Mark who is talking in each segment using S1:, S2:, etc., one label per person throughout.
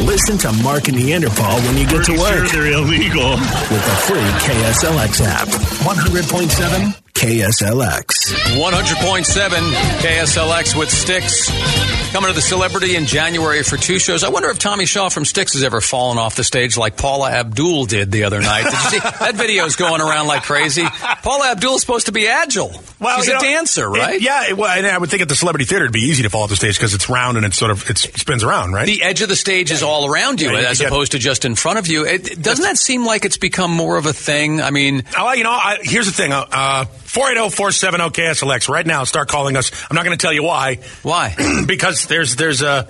S1: Listen to Mark and Neanderthal when you get
S2: Pretty
S1: to work
S2: Sure they're illegal.
S1: with the free KSLX app. 100.7 KSLX.
S3: 100.7 KSLX with Sticks. Coming to the celebrity in January for two shows. I wonder if Tommy Shaw from Sticks has ever fallen off the stage like Paula Abdul did the other night. Did you see? that video's going around like crazy. Paula Abdul's supposed to be agile.
S4: Well,
S3: She's
S4: you
S3: a
S4: know,
S3: dancer,
S4: it-
S3: right?
S4: yeah. It, well, and I would think at the celebrity theater it'd be easy to fall off the stage because it's round and it sort of it spins around, right?
S3: The edge of the stage is all around you
S4: Yeah, you
S3: as
S4: get-
S3: opposed to just in front of you. It, doesn't that seem like it's become more of a thing? I mean,
S4: Oh, you know, I, here's the thing. Uh, 480 470 KSLX. Right now, start calling us. I'm not going to tell you why.
S3: why?
S4: because there's there's a.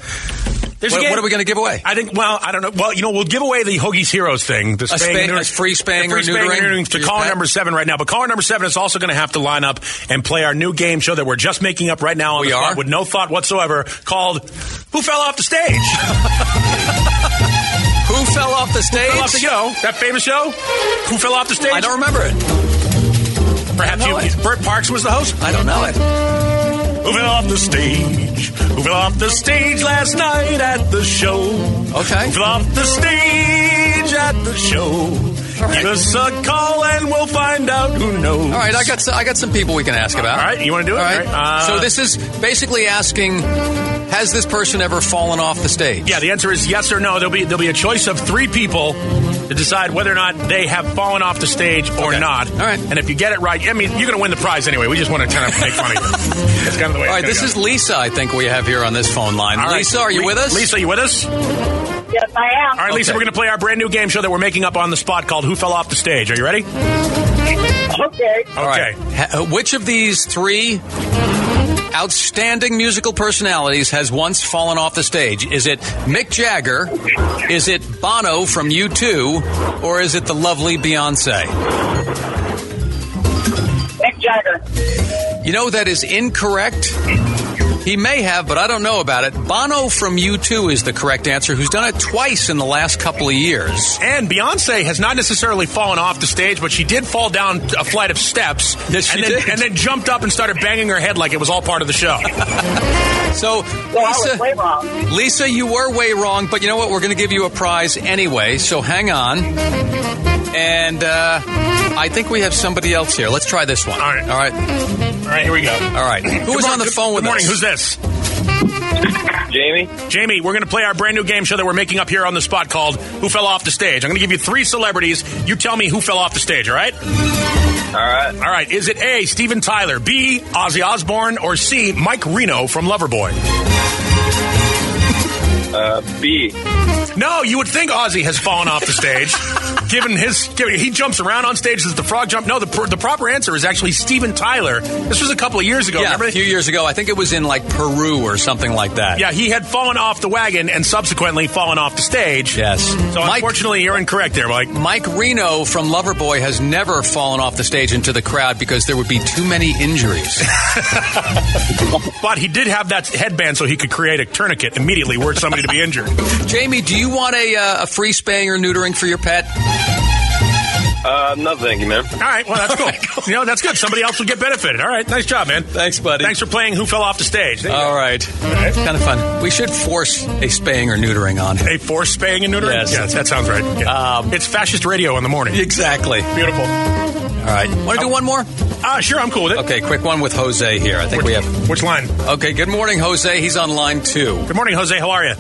S4: There's
S3: What-
S4: a game-
S3: what are we gonna give away?
S4: I think. Well, I don't know. Well, you know, we'll give away the Hoagie's Heroes thing. The
S3: spa-
S4: and neutering-
S3: a free spaying
S4: the free
S3: or
S4: spaying
S3: neutering for
S4: to
S3: your
S4: caller
S3: pet?
S4: number seven right now. But caller number seven is also going to have to line up and play our new game show that we're just making up right now on
S3: We
S4: the spot
S3: are?
S4: with no thought whatsoever, called "Who Fell Off the Stage."
S3: Who fell off the stage?
S4: fell off the show. That famous show? Who fell off the stage?
S3: I don't remember it.
S4: Perhaps
S3: I
S4: you.
S3: don't know it.
S4: Bert Parks was the host.
S3: I don't know it.
S4: Who fell off the stage? Who fell off the stage last night at the show?
S3: Okay.
S4: Who fell off the stage at the show? Give us a call and we'll find out who knows.
S3: All right, I got some, I got some people we can ask about.
S4: All right, you want to do it?
S3: All right.
S4: All right, uh,
S3: so this is basically asking: Has this person ever fallen off the stage?
S4: Yeah, the answer is yes or no. There'll be there'll be a choice of three people to decide whether or not they have fallen off the stage or
S3: Okay.
S4: not.
S3: All right.
S4: And if you get it right, I mean, you're going to win the prize anyway. We just want to kind of make fun of you. That's kind of the way.
S3: All right. This is Lisa. I think we have here on this phone line. Lisa, are you with us?
S4: Lisa, you with us?
S5: Yes, I am.
S4: All right, Lisa,
S3: Okay.
S4: we're going to play our brand new game show that we're making up on the spot called Who Fell Off the Stage. Are you ready? Okay.
S5: Okay.
S3: All right. Ha- uh, which of these three outstanding musical personalities has once fallen off the stage? Is it Mick Jagger? Is it Bono from U2? Or is it the lovely Beyonce?
S5: Mick Jagger.
S3: You know that is incorrect. He may have, but I don't know about it. Bono from U2 is the correct answer, who's done it twice in the last couple of years.
S4: And Beyonce has not necessarily fallen off the stage, but she did fall down a flight of steps.
S3: Yes, she
S4: and then,
S3: did.
S4: And then jumped up and started banging her head like it was all part of the show.
S3: So,
S5: Well, I was way
S3: Lisa,
S5: wrong.
S3: Lisa, you were way wrong, but you know what? We're going to give you a prize anyway, so hang on. And uh, I think we have somebody else here. Let's try this one.
S4: All right.
S3: All right.
S4: all right, here we go.
S3: All right. Who was on the phone with
S4: Good morning.
S3: us?
S4: Who's this?
S6: Jamie?
S4: Jamie, we're going to play our brand new game show that we're making up here on the spot called Who Fell Off the Stage. I'm going to give you three celebrities. You tell me who fell off the stage, all right?
S6: All right.
S4: All right. Is it A, Steven Tyler, B, Ozzy Osbourne, or C, Mike Reno from Loverboy?
S6: Uh, B.
S4: No, you would think Ozzy has fallen off the stage, given his. Given, he jumps around on stage as the frog jump. No, the, pr- the proper answer is actually Steven Tyler. This was a couple of years ago.
S3: Yeah,
S4: remember?
S3: a few years ago. I think it was in like Peru or something like that.
S4: yeah, he had fallen off the wagon and subsequently fallen off the stage.
S3: Yes.
S4: So
S3: Mike-
S4: unfortunately, you're incorrect there, Mike.
S3: Mike Reno from Loverboy has never fallen off the stage into the crowd because there would be too many injuries.
S4: But he did have that headband so he could create a tourniquet immediately were somebody to be injured.
S3: Jamie, do you want a, uh, a free spaying or neutering for your pet?
S6: Uh, no, thank you, man.
S4: All right, well, that's cool. you know, that's good. Somebody else will get benefited. All right, nice job, man.
S3: Thanks, buddy.
S4: Thanks for playing Who Fell Off the Stage. There you
S3: All right. Kind of fun. We should force a spaying or neutering on him.
S4: go. A forced spaying and neutering?
S3: Yes. Um,
S4: Yeah, that sounds right. Yeah. it's fascist radio in the morning.
S3: Exactly. All
S4: Beautiful.
S3: right. Want to do one more?
S4: Uh, sure, I'm cool with it.
S3: Okay, quick one with Jose here. I think we have.
S4: Which line?
S3: Okay, good morning, Jose. He's on line two.
S4: Good morning, Jose. How are you?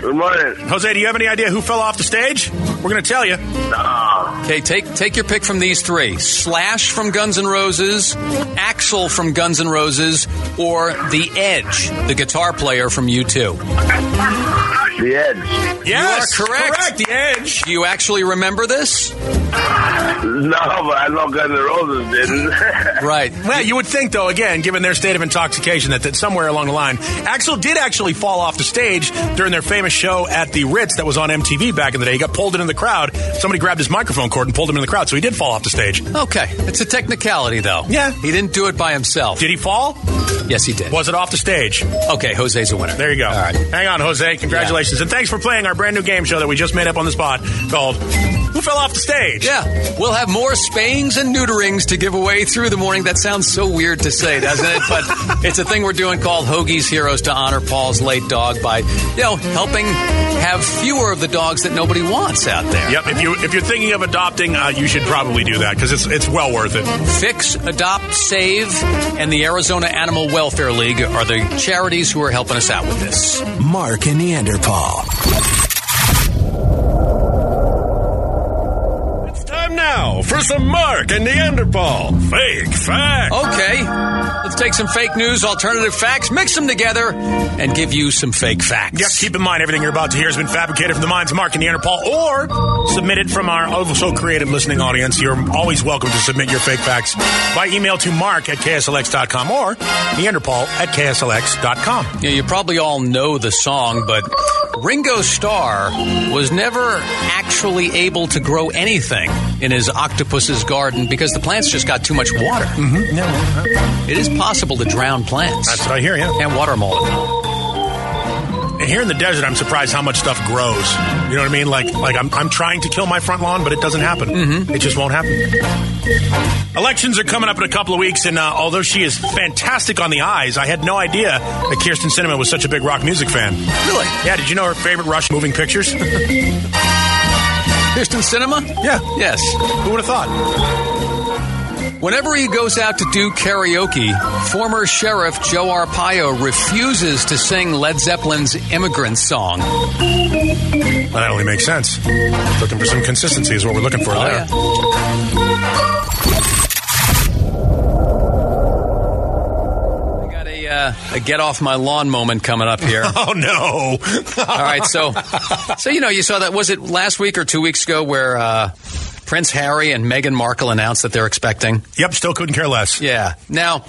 S6: Good morning.
S4: Jose, do you have any idea who fell off the stage? We're going to tell you.
S3: Okay, take take your pick from these three: Slash from Guns N' Roses, Axel from Guns N' Roses, or The Edge, the guitar player from U2.
S6: The Edge.
S4: Yes,
S3: are correct.
S4: The Edge.
S3: Do you actually remember this?
S6: No, but I know Guns N' Roses didn't.
S3: Right.
S4: Well, you would think, though, again, given their state of intoxication, that, that somewhere along the line, Axel did actually fall off the stage during their famous show at the Ritz that was on MTV back in the day. He got pulled into the crowd. Somebody grabbed his microphone cord and pulled him in the crowd, so he did fall off the stage.
S3: Okay, it's a technicality though.
S4: Yeah.
S3: He didn't do it by himself.
S4: Did he fall?
S3: yes, he did.
S4: Was it off the stage?
S3: Okay, Jose's a winner.
S4: There you go.
S3: All right.
S4: Hang on, Jose. Congratulations. And thanks for playing our brand new game show that we just made up on the spot called Who fell off the stage.
S3: Yeah, we'll have more spayings and neuterings to give away through the morning. That sounds so weird to say, doesn't it? But it's a thing we're doing called Hoagie's Heroes to honor Paul's late dog by, you know, helping have fewer of the dogs that nobody wants out there.
S4: Yep. If you if you're thinking of adopting, uh, you should probably do that because it's it's well worth it.
S3: Fix, Adopt, Save, and the Arizona Animal Welfare League are the charities who are helping us out with this.
S1: Mark and Neanderthal.
S2: It's time now for some Mark and Neanderthal fake fact.
S3: Okay, let's take some fake news, alternative facts, mix them together, and give you some fake facts.
S4: Yep. Keep in mind everything you're about to hear has been fabricated from the minds of Mark and Neanderthal, or submitted from our also creative listening audience. You're always welcome to submit your fake facts by email to mark at kslx.com or neanderthal at kslx.com.
S3: Yeah, you probably all know the song, but Ringo Starr was never actually able to grow anything in his octopus's garden because the plants just got too much water. Mm-hmm. It is possible to drown plants.
S4: uh, That's what I hear. Yeah.
S3: and water them all.
S4: And here in the desert, I'm surprised how much stuff grows. You know what I mean? Like, like I'm, I'm trying to kill my front lawn, but it doesn't happen. It just won't happen. Elections are coming up in a couple of weeks, and uh, although she is fantastic on the eyes, I had no idea that Kirsten Cinema was such a big rock music fan.
S3: Really?
S4: Yeah, did you know her favorite Rush moving pictures? Who
S3: Houston Cinema?
S4: Yeah.
S3: Yes.
S4: would have thought?
S3: Whenever he goes out to do karaoke, former Sheriff Joe Arpaio refuses to sing Led Zeppelin's Immigrant Song.
S4: Well, that only makes sense. Looking for some consistency is what we're looking for there.
S3: I got a, uh, a get off my lawn moment coming up here.
S4: Oh no!
S3: All right, so so you know you saw that was it last week or two weeks ago where uh, Prince Harry and Meghan Markle announced that they're expecting.
S4: yep, still couldn't care less.
S3: Yeah. Now,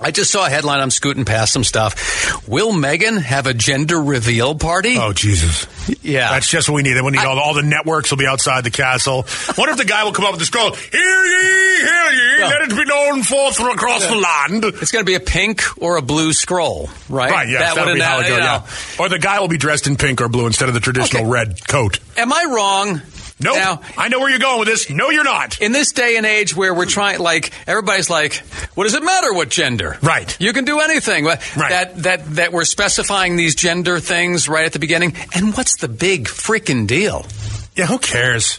S3: I just saw a headline. I'm scooting past some stuff. Will Meghan have a gender reveal party?
S4: Oh Jesus!
S3: yeah.
S4: That's just what we need. We need all, all the networks will be outside the castle. Wonder if the guy will come up with the scroll. Hear ye, hear ye!
S3: Yeah.
S4: Let it be known forth from across the land.
S3: it's going to be a pink or a blue scroll, right?
S4: Right, yes, that would be how it
S3: announce-
S4: goes.
S3: you
S4: Yeah.
S3: know.
S4: Or the guy will be dressed in pink or blue instead of the traditional
S3: Okay.
S4: red coat.
S3: Am I wrong?
S4: Nope.
S3: Now,
S4: I know where you're going with this. No, you're not.
S3: in this day and age where we're trying, like everybody's like, what does it matter what gender?
S4: Right.
S3: You can do anything. Right.
S4: Right.
S3: That that that we're specifying these gender things right at the beginning. And what's the big freaking deal?
S4: Yeah, who cares?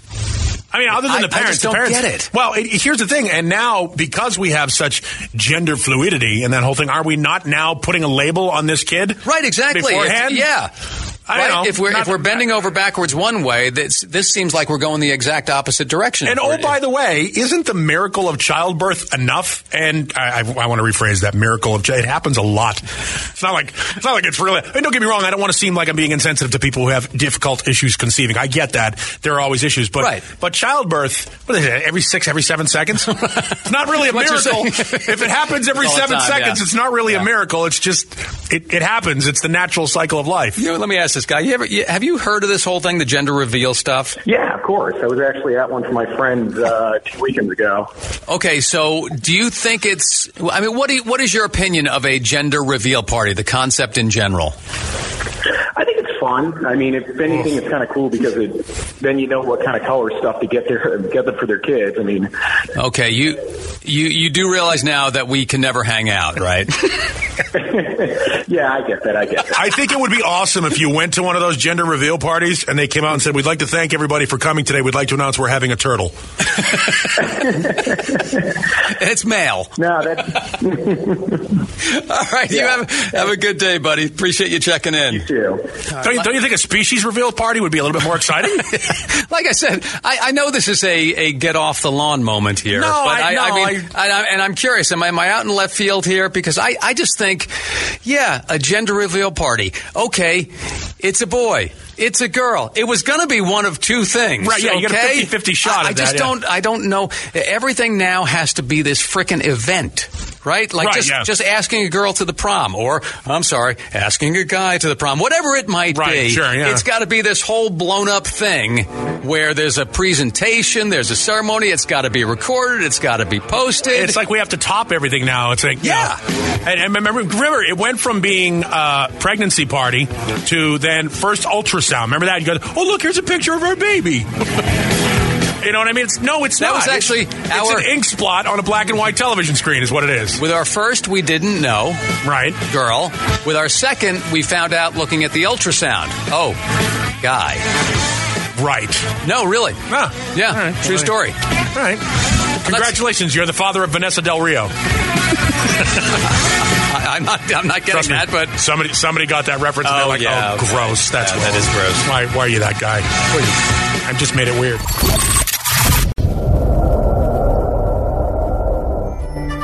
S4: I mean, other than the
S3: I- I just
S4: parents, the
S3: don't
S4: parents
S3: get it.
S4: Well, it, here's the thing, and now because we have such gender fluidity and that whole thing, are we not now putting a label on this kid?
S3: Right. Exactly. It's-
S4: Beforehand,
S3: yeah.
S4: I don't
S3: Right?
S4: know.
S3: If we're
S4: Not-
S3: if we're bending over backwards one way, this this seems like we're going the exact opposite direction.
S4: And
S3: If
S4: oh,
S3: we're-
S4: by the way, isn't the miracle of childbirth enough? And I, I, I want to rephrase that miracle of chi- it happens a lot. It's not like it's not like it's really. And don't get me wrong, I don't want to seem like I'm being insensitive to people who have difficult issues conceiving. I get that there are always issues, but
S3: Right.
S4: but childbirth, what is it? Every six, every seven seconds, it's not really a
S3: What you're
S4: miracle.
S3: saying.
S4: if it happens every
S3: All the
S4: seven
S3: time,
S4: seconds,
S3: yeah.
S4: it's not really
S3: Yeah.
S4: a miracle. It's just it, it happens. It's the natural cycle of life.
S3: You know, let me ask this guy. You ever, you, have you heard of this whole thing, the gender reveal stuff?
S7: Yeah, of course. I was actually at one for my friends uh, two weekends ago.
S3: Okay, so do you think it's? I mean, what do you, what is your opinion of a gender reveal party? The concept in general.
S7: I think it's fun. I mean, if anything, it's kind of cool because it, then you know what kind of color stuff to get their get them for their kids. I mean,
S3: Okay, you you you do realize now that we can never hang out, right?
S7: yeah, I get that. I get that.
S4: I think it would be awesome if you went to one of those gender reveal parties and they came out and said, "We'd like to thank everybody for coming today. We'd like to announce we're having a turtle."
S3: it's male.
S7: No, that's
S3: All right, you have have a good day, buddy. Appreciate you checking in.
S7: too.
S4: Don't, you, don't you think a species reveal party would be a little bit more exciting?
S3: Like I said, I, I know this is a, a get off the lawn moment here.
S4: No,
S3: but
S4: I-
S3: I,
S4: no,
S3: mean, I, I- and I'm curious. Am I, am I out in left field here? Because I, I just think, yeah, a gender reveal party. Okay, it's a boy. It's a girl. It was going to be one of two things.
S4: Right, yeah, you got a
S3: okay?
S4: 50-50 shot
S3: I, I
S4: at
S3: just
S4: that, yeah.
S3: don't. I don't know. Everything now has to be this frickin' event. Right, like
S4: Right,
S3: just
S4: yeah.
S3: just asking a girl to the prom, or I'm sorry, asking a guy to the prom, whatever it might
S4: Right,
S3: be.
S4: sure, yeah.
S3: It's got to be this whole blown up thing where there's a presentation, there's a ceremony, it's got to be recorded, it's got to be posted.
S4: it's like we have to top everything now. It's like,
S3: Yeah.
S4: you know. And, and remember, remember, it went from being uh, pregnancy party to then first ultrasound. Remember that? You go, oh look, here's a picture of our baby. You know what I mean? It's no, it's
S3: That
S4: not.
S3: was actually
S4: it's,
S3: our-
S4: it's an ink splot on a black and white television screen, is what it is.
S3: With our first, we didn't know.
S4: Right.
S3: Girl. With our second, we found out looking at the ultrasound. Oh, guy.
S4: Right.
S3: No, really.
S4: Ah,
S3: Yeah,
S4: all right.
S3: true
S4: Well,
S3: story.
S4: All right. Congratulations, you're the father of Vanessa Del Rio.
S3: I, I'm not. I'm not getting
S4: Trust me,
S3: that, but
S4: somebody somebody got that reference. and
S3: Oh,
S4: they're like,
S3: yeah,
S4: oh,
S3: okay.
S4: gross. That's
S3: Yeah, that is gross.
S4: Why, why are you that guy? I just made it weird.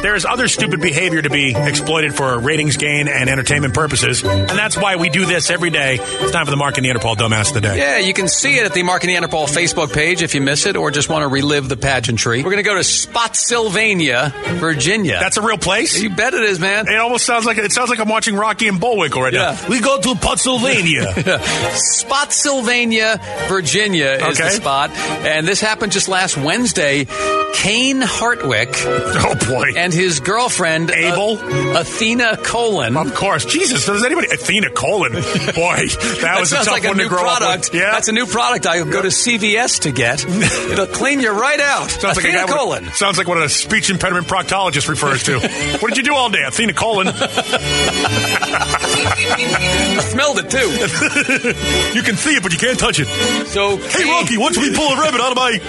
S4: There is other stupid behavior to be exploited for ratings gain and entertainment purposes, and that's why we do this every day. It's time for the Mark and Neanderthal Dumbass of the Day.
S3: Yeah, you can see it at the Mark and Neanderthal Facebook page if you miss it or just want to relive the pageantry. We're going to go to Spotsylvania, Virginia.
S4: That's a real place.
S3: you bet it is, man.
S4: It almost sounds like it sounds like I'm watching Rocky and Bullwinkle right
S3: Yeah.
S4: now. We go to Pennsylvania.
S3: Spotsylvania, Virginia is the
S4: Okay.
S3: spot. And this happened just last Wednesday. Kane Hartwick
S4: oh boy!
S3: and his girlfriend, uh,
S4: Abel?
S3: Athena Colon.
S4: Of course, Jesus. Does anybody Athena Colon? Boy, that,
S3: That
S4: was a
S3: sounds
S4: tough
S3: like a
S4: one
S3: new
S4: to grow
S3: product.
S4: up with. Yeah,
S3: That's a new product I go to CVS to get. It'll clean you right out.
S4: Sounds like, a
S3: Athena
S4: guy with-
S3: Colon.
S4: sounds like what a speech impediment proctologist refers to. what did you do all day? Athena Colon.
S3: I smelled it too.
S4: you can see it, but you can't touch it.
S3: So
S4: Hey, Rocky, once we pull a rabbit out of my.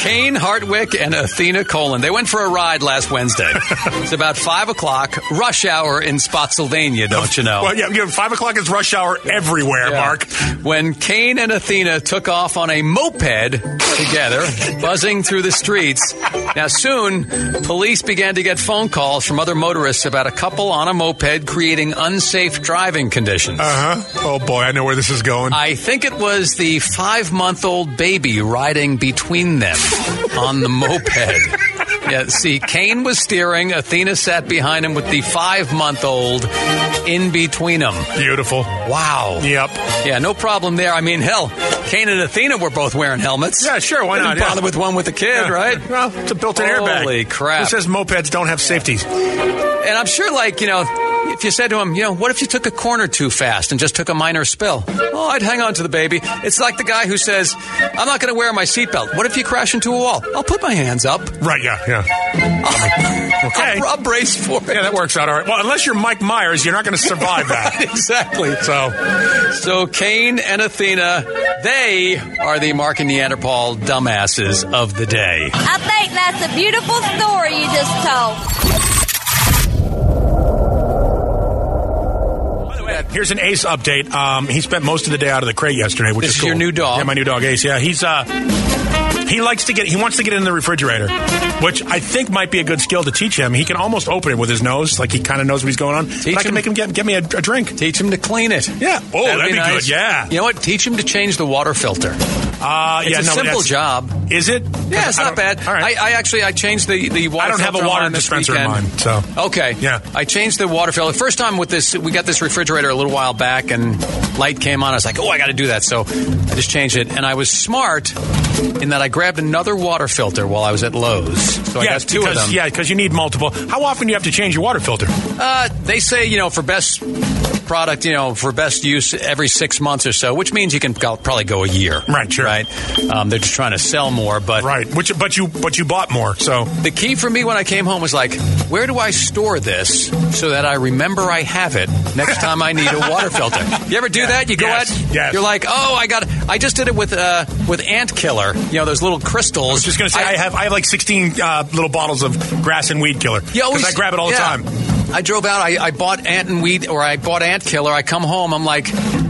S3: Kane Hartwick and Athena Colon. They went for a ride last Wednesday. it's about five o'clock, rush hour in Spotsylvania, don't you know?
S4: Well, yeah, you know, 5 o'clock is rush hour everywhere,
S3: Yeah.
S4: Mark.
S3: When Kane and Athena took off on a moped together, buzzing through the streets. Now, soon, police began to get phone calls from other motorists about a couple on a moped creating unsafe driving conditions.
S4: Uh huh. Oh, boy, I know where this is going.
S3: I think it was the five month old baby riding between them on the moped. Yeah, see, Kane was steering, Athena sat behind him with the five month old in between them.
S4: Beautiful.
S3: Wow.
S4: Yep.
S3: Yeah, no problem there. I mean, hell, Kane and Athena were both wearing helmets.
S4: Yeah, sure, why
S3: Didn't
S4: not, yeah.
S3: bother with one with the kid, right?
S4: Well, it's a built in airbag.
S3: Holy crap.
S4: It says mopeds don't have safeties.
S3: And I'm sure, like, you know, if you said to him, you know, what if you took a corner too fast and just took a minor spill? Oh, I'd hang on to the baby. It's like the guy who says, I'm not going to wear my seatbelt. What if you crash into a wall? I'll put my hands up.
S4: Right, yeah, yeah. Okay.
S3: I'll, I'll brace for it.
S4: Yeah, that works out all right. Well, unless you're Mike Myers, you're not going to survive that.
S3: exactly.
S4: So,
S3: So, Kane and Athena, they are the Mark and Neanderthal dumbasses of the day.
S8: I think that's a beautiful story you just told.
S4: by the way, here's an Ace update. Um, he spent most of the day out of the crate yesterday, which
S3: This
S4: is
S3: is
S4: cool.
S3: your new dog?
S4: Yeah, my new dog Ace. Yeah, he's uh, he likes to get he wants to get in the refrigerator, which I think might be a good skill to teach him. He can almost open it with his nose, like he kind of knows what he's going on. But I can
S3: him-
S4: make him get get me a, a drink.
S3: Teach him to clean it.
S4: Yeah. Oh, that'd be good, yeah.
S3: You know what? Teach him to change the water filter.
S4: Uh,
S3: It's
S4: yeah,
S3: a
S4: no,
S3: simple
S4: that's-
S3: job.
S4: Is it?
S3: Yeah, it's
S4: I don't-
S3: not bad.
S4: All right.
S3: I, I actually I changed the the water.
S4: I don't have
S3: filter
S4: a water
S3: on this
S4: dispenser in
S3: weekend.
S4: mine, so-
S3: okay,
S4: Yeah.
S3: I changed the water filter. First time with this, we got this refrigerator a little while back, and light came on. I was like, oh, I got to do that, so I just changed it. And I was smart in that I grabbed another water filter while I was at Lowe's, so Oh, I
S4: yeah,
S3: got two
S4: because,
S3: of them.
S4: Yeah, because you need multiple. How often do you have to change your water filter?
S3: Uh, they say you know for best product, you know for best use every six months or so, which means you can go- probably go a year.
S4: Right, sure.
S3: Right. Um, they're just trying to sell more, but
S4: Right. Which, but you, but you bought more, so
S3: The key for me when I came home was like, where do I store this so that I remember I have it next time I need a water filter? You ever do that? You go
S4: Yes.
S3: out,
S4: Yes.
S3: you're like, oh, I got, I just did it with uh, with ant killer. You know those little crystals.
S4: I was just gonna say I, have I have like sixteen uh, little bottles of grass and weed killer.
S3: You always-
S4: I grab it all
S3: yeah.
S4: the time.
S3: I drove out. I, I bought ant and weed, or I bought ant killer. I come home. I'm like,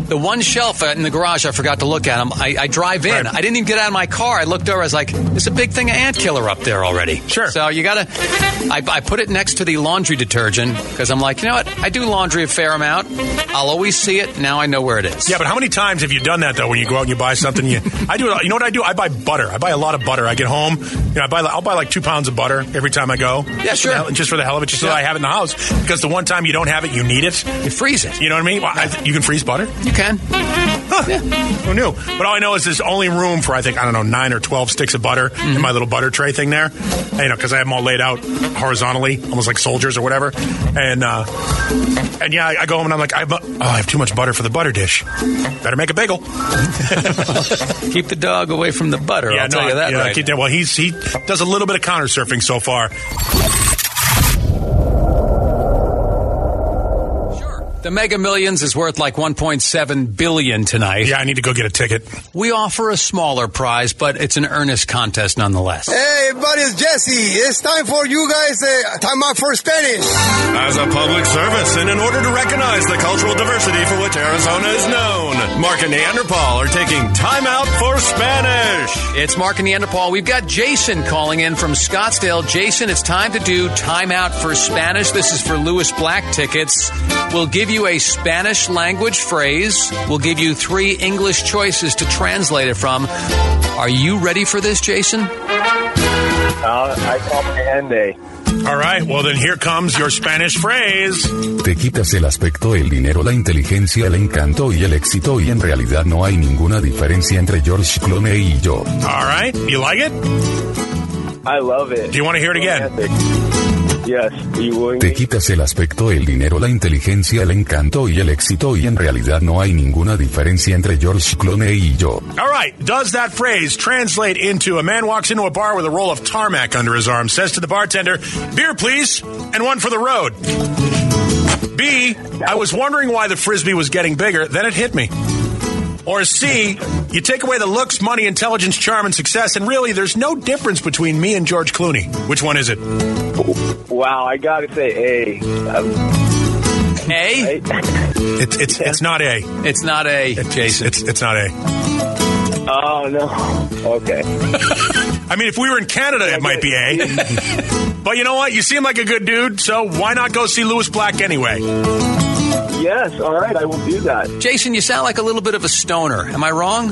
S3: the one shelf in the garage I forgot to look at. i I, I drive in.
S4: Right.
S3: I didn't even get out of my car. I looked over. I was like, there's a big thing of ant killer up there already.
S4: Sure.
S3: So you gotta. I, I put it next to the laundry detergent because I'm like, you know what? I do laundry a fair amount. I'll always see it. Now I know where it is.
S4: Yeah, but how many times have you done that though? When you go out and you buy something, you I do it. all- You know what I do? I buy butter. I buy a lot of butter. I get home, you know, I buy I'll buy like two pounds of butter every time I go. Just
S3: Yeah,
S4: for the
S3: sure.
S4: hell- just for the hell of it, just so
S3: Yeah.
S4: that I have it in the house. Because the one time you don't have it, you need it.
S3: You freeze it.
S4: You know what I mean? Well, I, you can freeze butter.
S3: You can.
S4: Who knew? But all I know is there's only room for I think I don't know nine or twelve sticks of butter in my little butter tray thing there. And, you know, because I have them all laid out horizontally, almost like soldiers or whatever. And uh, and yeah, I, I go home and I'm like, I, have bu- oh, I have too much butter for the butter dish. Better make a bagel.
S3: Keep the dog away from the butter. I'll tell
S4: I-
S3: you that.
S4: yeah, I
S3: right
S4: keep
S3: now.
S4: that. Well, he's he does a little bit of counter surfing so far.
S3: Sure. The Mega Millions is worth like 1.7 billion tonight.
S4: Yeah, I need to go get a ticket.
S3: We offer a smaller prize, but it's an earnest contest nonetheless.
S9: Hey, everybody, it's Jesse. It's time for you guys. Uh, time out for Spanish.
S2: As a public service, and in order to recognize the cultural diversity for which Arizona is known, Mark and Neanderthal are taking time out for Spanish.
S3: It's Mark and Neanderthal. We've got Jason calling in from Scottsdale. Jason, it's time to do Time Out for Spanish. This is for Lewis Black tickets. We'll give you a Spanish language phrase. We'll give you three English choices to translate it from. Are you ready for this, Jason?
S7: Uh, I call Ende.
S4: All right. Well, then here comes your Spanish phrase.
S10: Te quitas el aspecto, el dinero, la inteligencia, el encanto y el éxito y en realidad no hay ninguna diferencia entre George Clooney y yo.
S4: All right. You like it?
S7: I love it.
S4: Do you want to hear it again?
S7: Yes. Are you willing?
S10: Te quitas el aspecto, el dinero, la inteligencia, el encanto y el éxito y en realidad no hay ninguna diferencia entre George Clooney y yo.
S4: All right. Does that phrase translate into a man walks into a bar with a roll of tarmac under his arm, says to the bartender, beer, please, and one for the road? B, I was wondering why the frisbee was getting bigger, then it hit me. Or C, you take away the looks, money, intelligence, charm, and success, and really there's no difference between me and George Clooney. Which one is it?
S7: Wow, I gotta say, A. Um,
S3: A?
S4: It's it's it's not A.
S3: It's not A, Jason.
S4: It's it's not A.
S7: oh no. Okay.
S4: I mean, if we were in Canada, it might be A. but you know what? You seem like a good dude, so why not go see Lewis Black anyway?
S7: Yes. All right. I will do that.
S3: Jason, you sound like a little bit of a stoner. Am I wrong?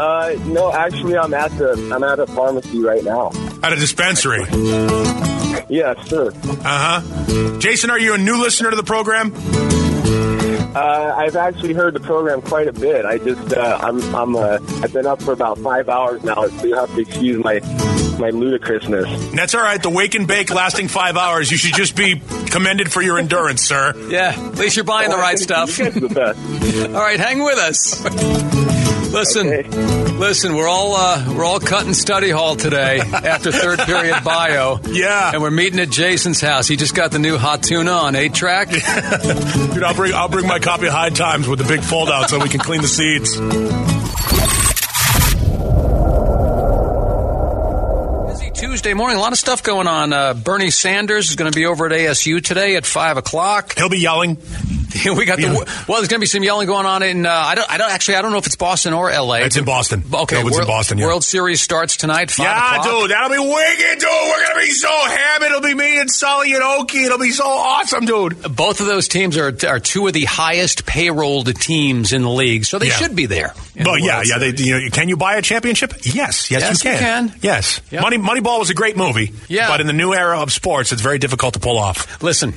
S7: Uh, no, actually, I'm at the I'm at a pharmacy right now.
S4: At a dispensary. Uh
S7: Yes, sir.
S4: huh. Uh-huh. Jason, are you a new listener to the program?
S7: Uh, I've actually heard the program quite a bit. I just uh, I'm I'm uh, I've been up for about five hours now, so you have to excuse my my ludicrousness.
S4: That's all right. The wake and bake lasting five hours. You should just be commended for your endurance, sir.
S3: Yeah. At least you're buying the right stuff.
S7: You guys are the best.
S3: All right, hang with us. Listen,
S7: Okay.
S3: listen, we're all uh, we're all cutting study hall today after third period bio.
S4: Yeah.
S3: and we're meeting at Jason's house. He just got the new hot tuna on eight track.
S4: Dude, I'll bring I'll bring my copy of High Times with the big fold out so we can clean the seeds.
S3: Busy Tuesday morning, a lot of stuff going on. Uh, Bernie Sanders is going to be over at ASU today at five o'clock.
S4: He'll be yelling.
S3: we got the
S4: Yeah.
S3: well. There's going to be some yelling going on in. Uh, I don't. I don't actually. I don't know if it's Boston or L.A.
S4: It's in Boston.
S3: Okay,
S4: No, it's
S3: World,
S4: in Boston. Yeah.
S3: World Series starts tonight. 5
S4: Yeah,
S3: o'clock.
S4: dude, that'll be wicked, dude. We're gonna be so happy. It'll be me and Sully and Okie. It'll be so awesome, dude.
S3: Both of those teams are are two of the highest payrolled teams in the league, so they
S4: Yeah.
S3: should be there. in
S4: But
S3: the
S4: yeah,
S3: World
S4: yeah. They,
S3: Series.
S4: you know, can you buy a championship? Yes, yes,
S3: Yes,
S4: you
S3: you
S4: can.
S3: can.
S4: Yes.
S3: Yeah.
S4: Money Moneyball was a great movie.
S3: Yeah.
S4: But in the new era of sports, it's very difficult to pull off.
S3: Listen,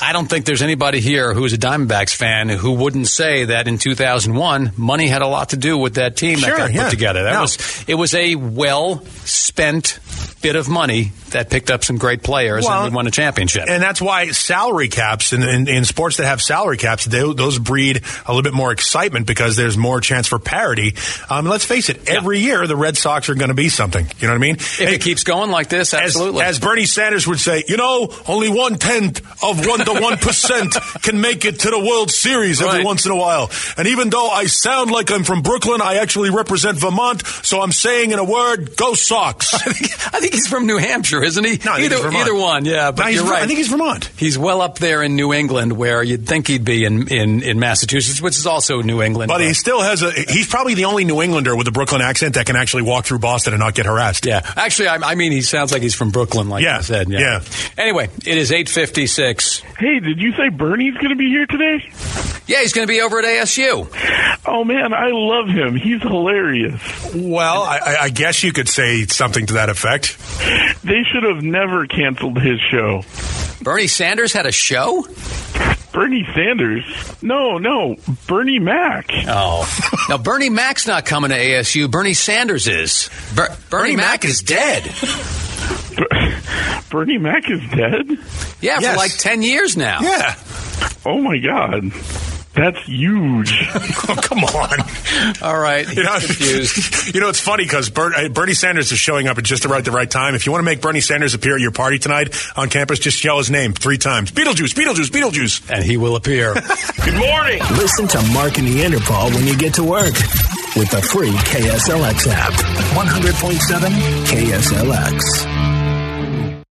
S3: I don't think there's anybody here who's a Diamondbacks fan who wouldn't say that in 2001, money had a lot to do with that team
S4: Sure,
S3: that got
S4: yeah.
S3: put together. That
S4: No.
S3: was it was a well spent bit of money that picked up some great players
S4: Well,
S3: and we won a championship.
S4: And that's why salary caps in, in, in sports that have salary caps, they, those breed a little bit more excitement because there's more chance for parity. Um, let's face it, every year the Red Sox are going to be something. You know what I mean?
S3: if it keeps going like this,
S4: As,
S3: absolutely.
S4: as Bernie Sanders would say, you know, only one tenth of one to one percent can make it to the World Series every
S3: Right.
S4: once in a while. And even though I sound like I'm from Brooklyn, I actually represent Vermont. So I'm saying, in a word, go Sox.
S3: I think he's from New Hampshire, isn't he?
S4: No, I think
S3: either
S4: he's Vermont.
S3: either one, yeah. But
S4: No, he's
S3: you're
S4: Ver-
S3: right.
S4: I think he's Vermont.
S3: He's well up there in New England, where you'd think he'd be in, in, in Massachusetts, which is also New England.
S4: But he still has a. He's probably the only New Englander with a Brooklyn accent that can actually walk through Boston and not get harassed.
S3: Yeah, actually, I, I mean, he sounds like he's from Brooklyn, like
S4: Yeah,
S3: you said. Yeah.
S4: yeah.
S3: Anyway, it is eight fifty six.
S11: Hey, did you say Bernie's going to be here today?
S3: Yeah, he's going to be over at ASU.
S11: Oh man, I love him. He's hilarious.
S4: Well, I- I, I guess you could say something to that effect.
S11: They should have never canceled his show.
S3: Bernie Sanders had a show.
S10: Bernie Sanders. No, no, Bernie Mac.
S3: Oh, now Bernie Mac's not coming to ASU. Bernie Sanders is. Ber- Bernie, Mac, is dead.
S10: Bernie Mac is dead?
S3: Yeah, for like ten years now.
S4: Yeah.
S10: Oh my God. That's huge.
S4: Oh, come on.
S3: All right.
S4: You know, you know it's funny because Bernie Sanders is showing up at just about the right time. If you want to make Bernie Sanders appear at your party tonight on campus, just yell his name three times Beetlejuice, Beetlejuice, Beetlejuice.
S3: And he will appear.
S12: Good morning.
S1: Listen to Mark and Neanderthal when you get to work with the free KSLX app. 100.7 KSLX.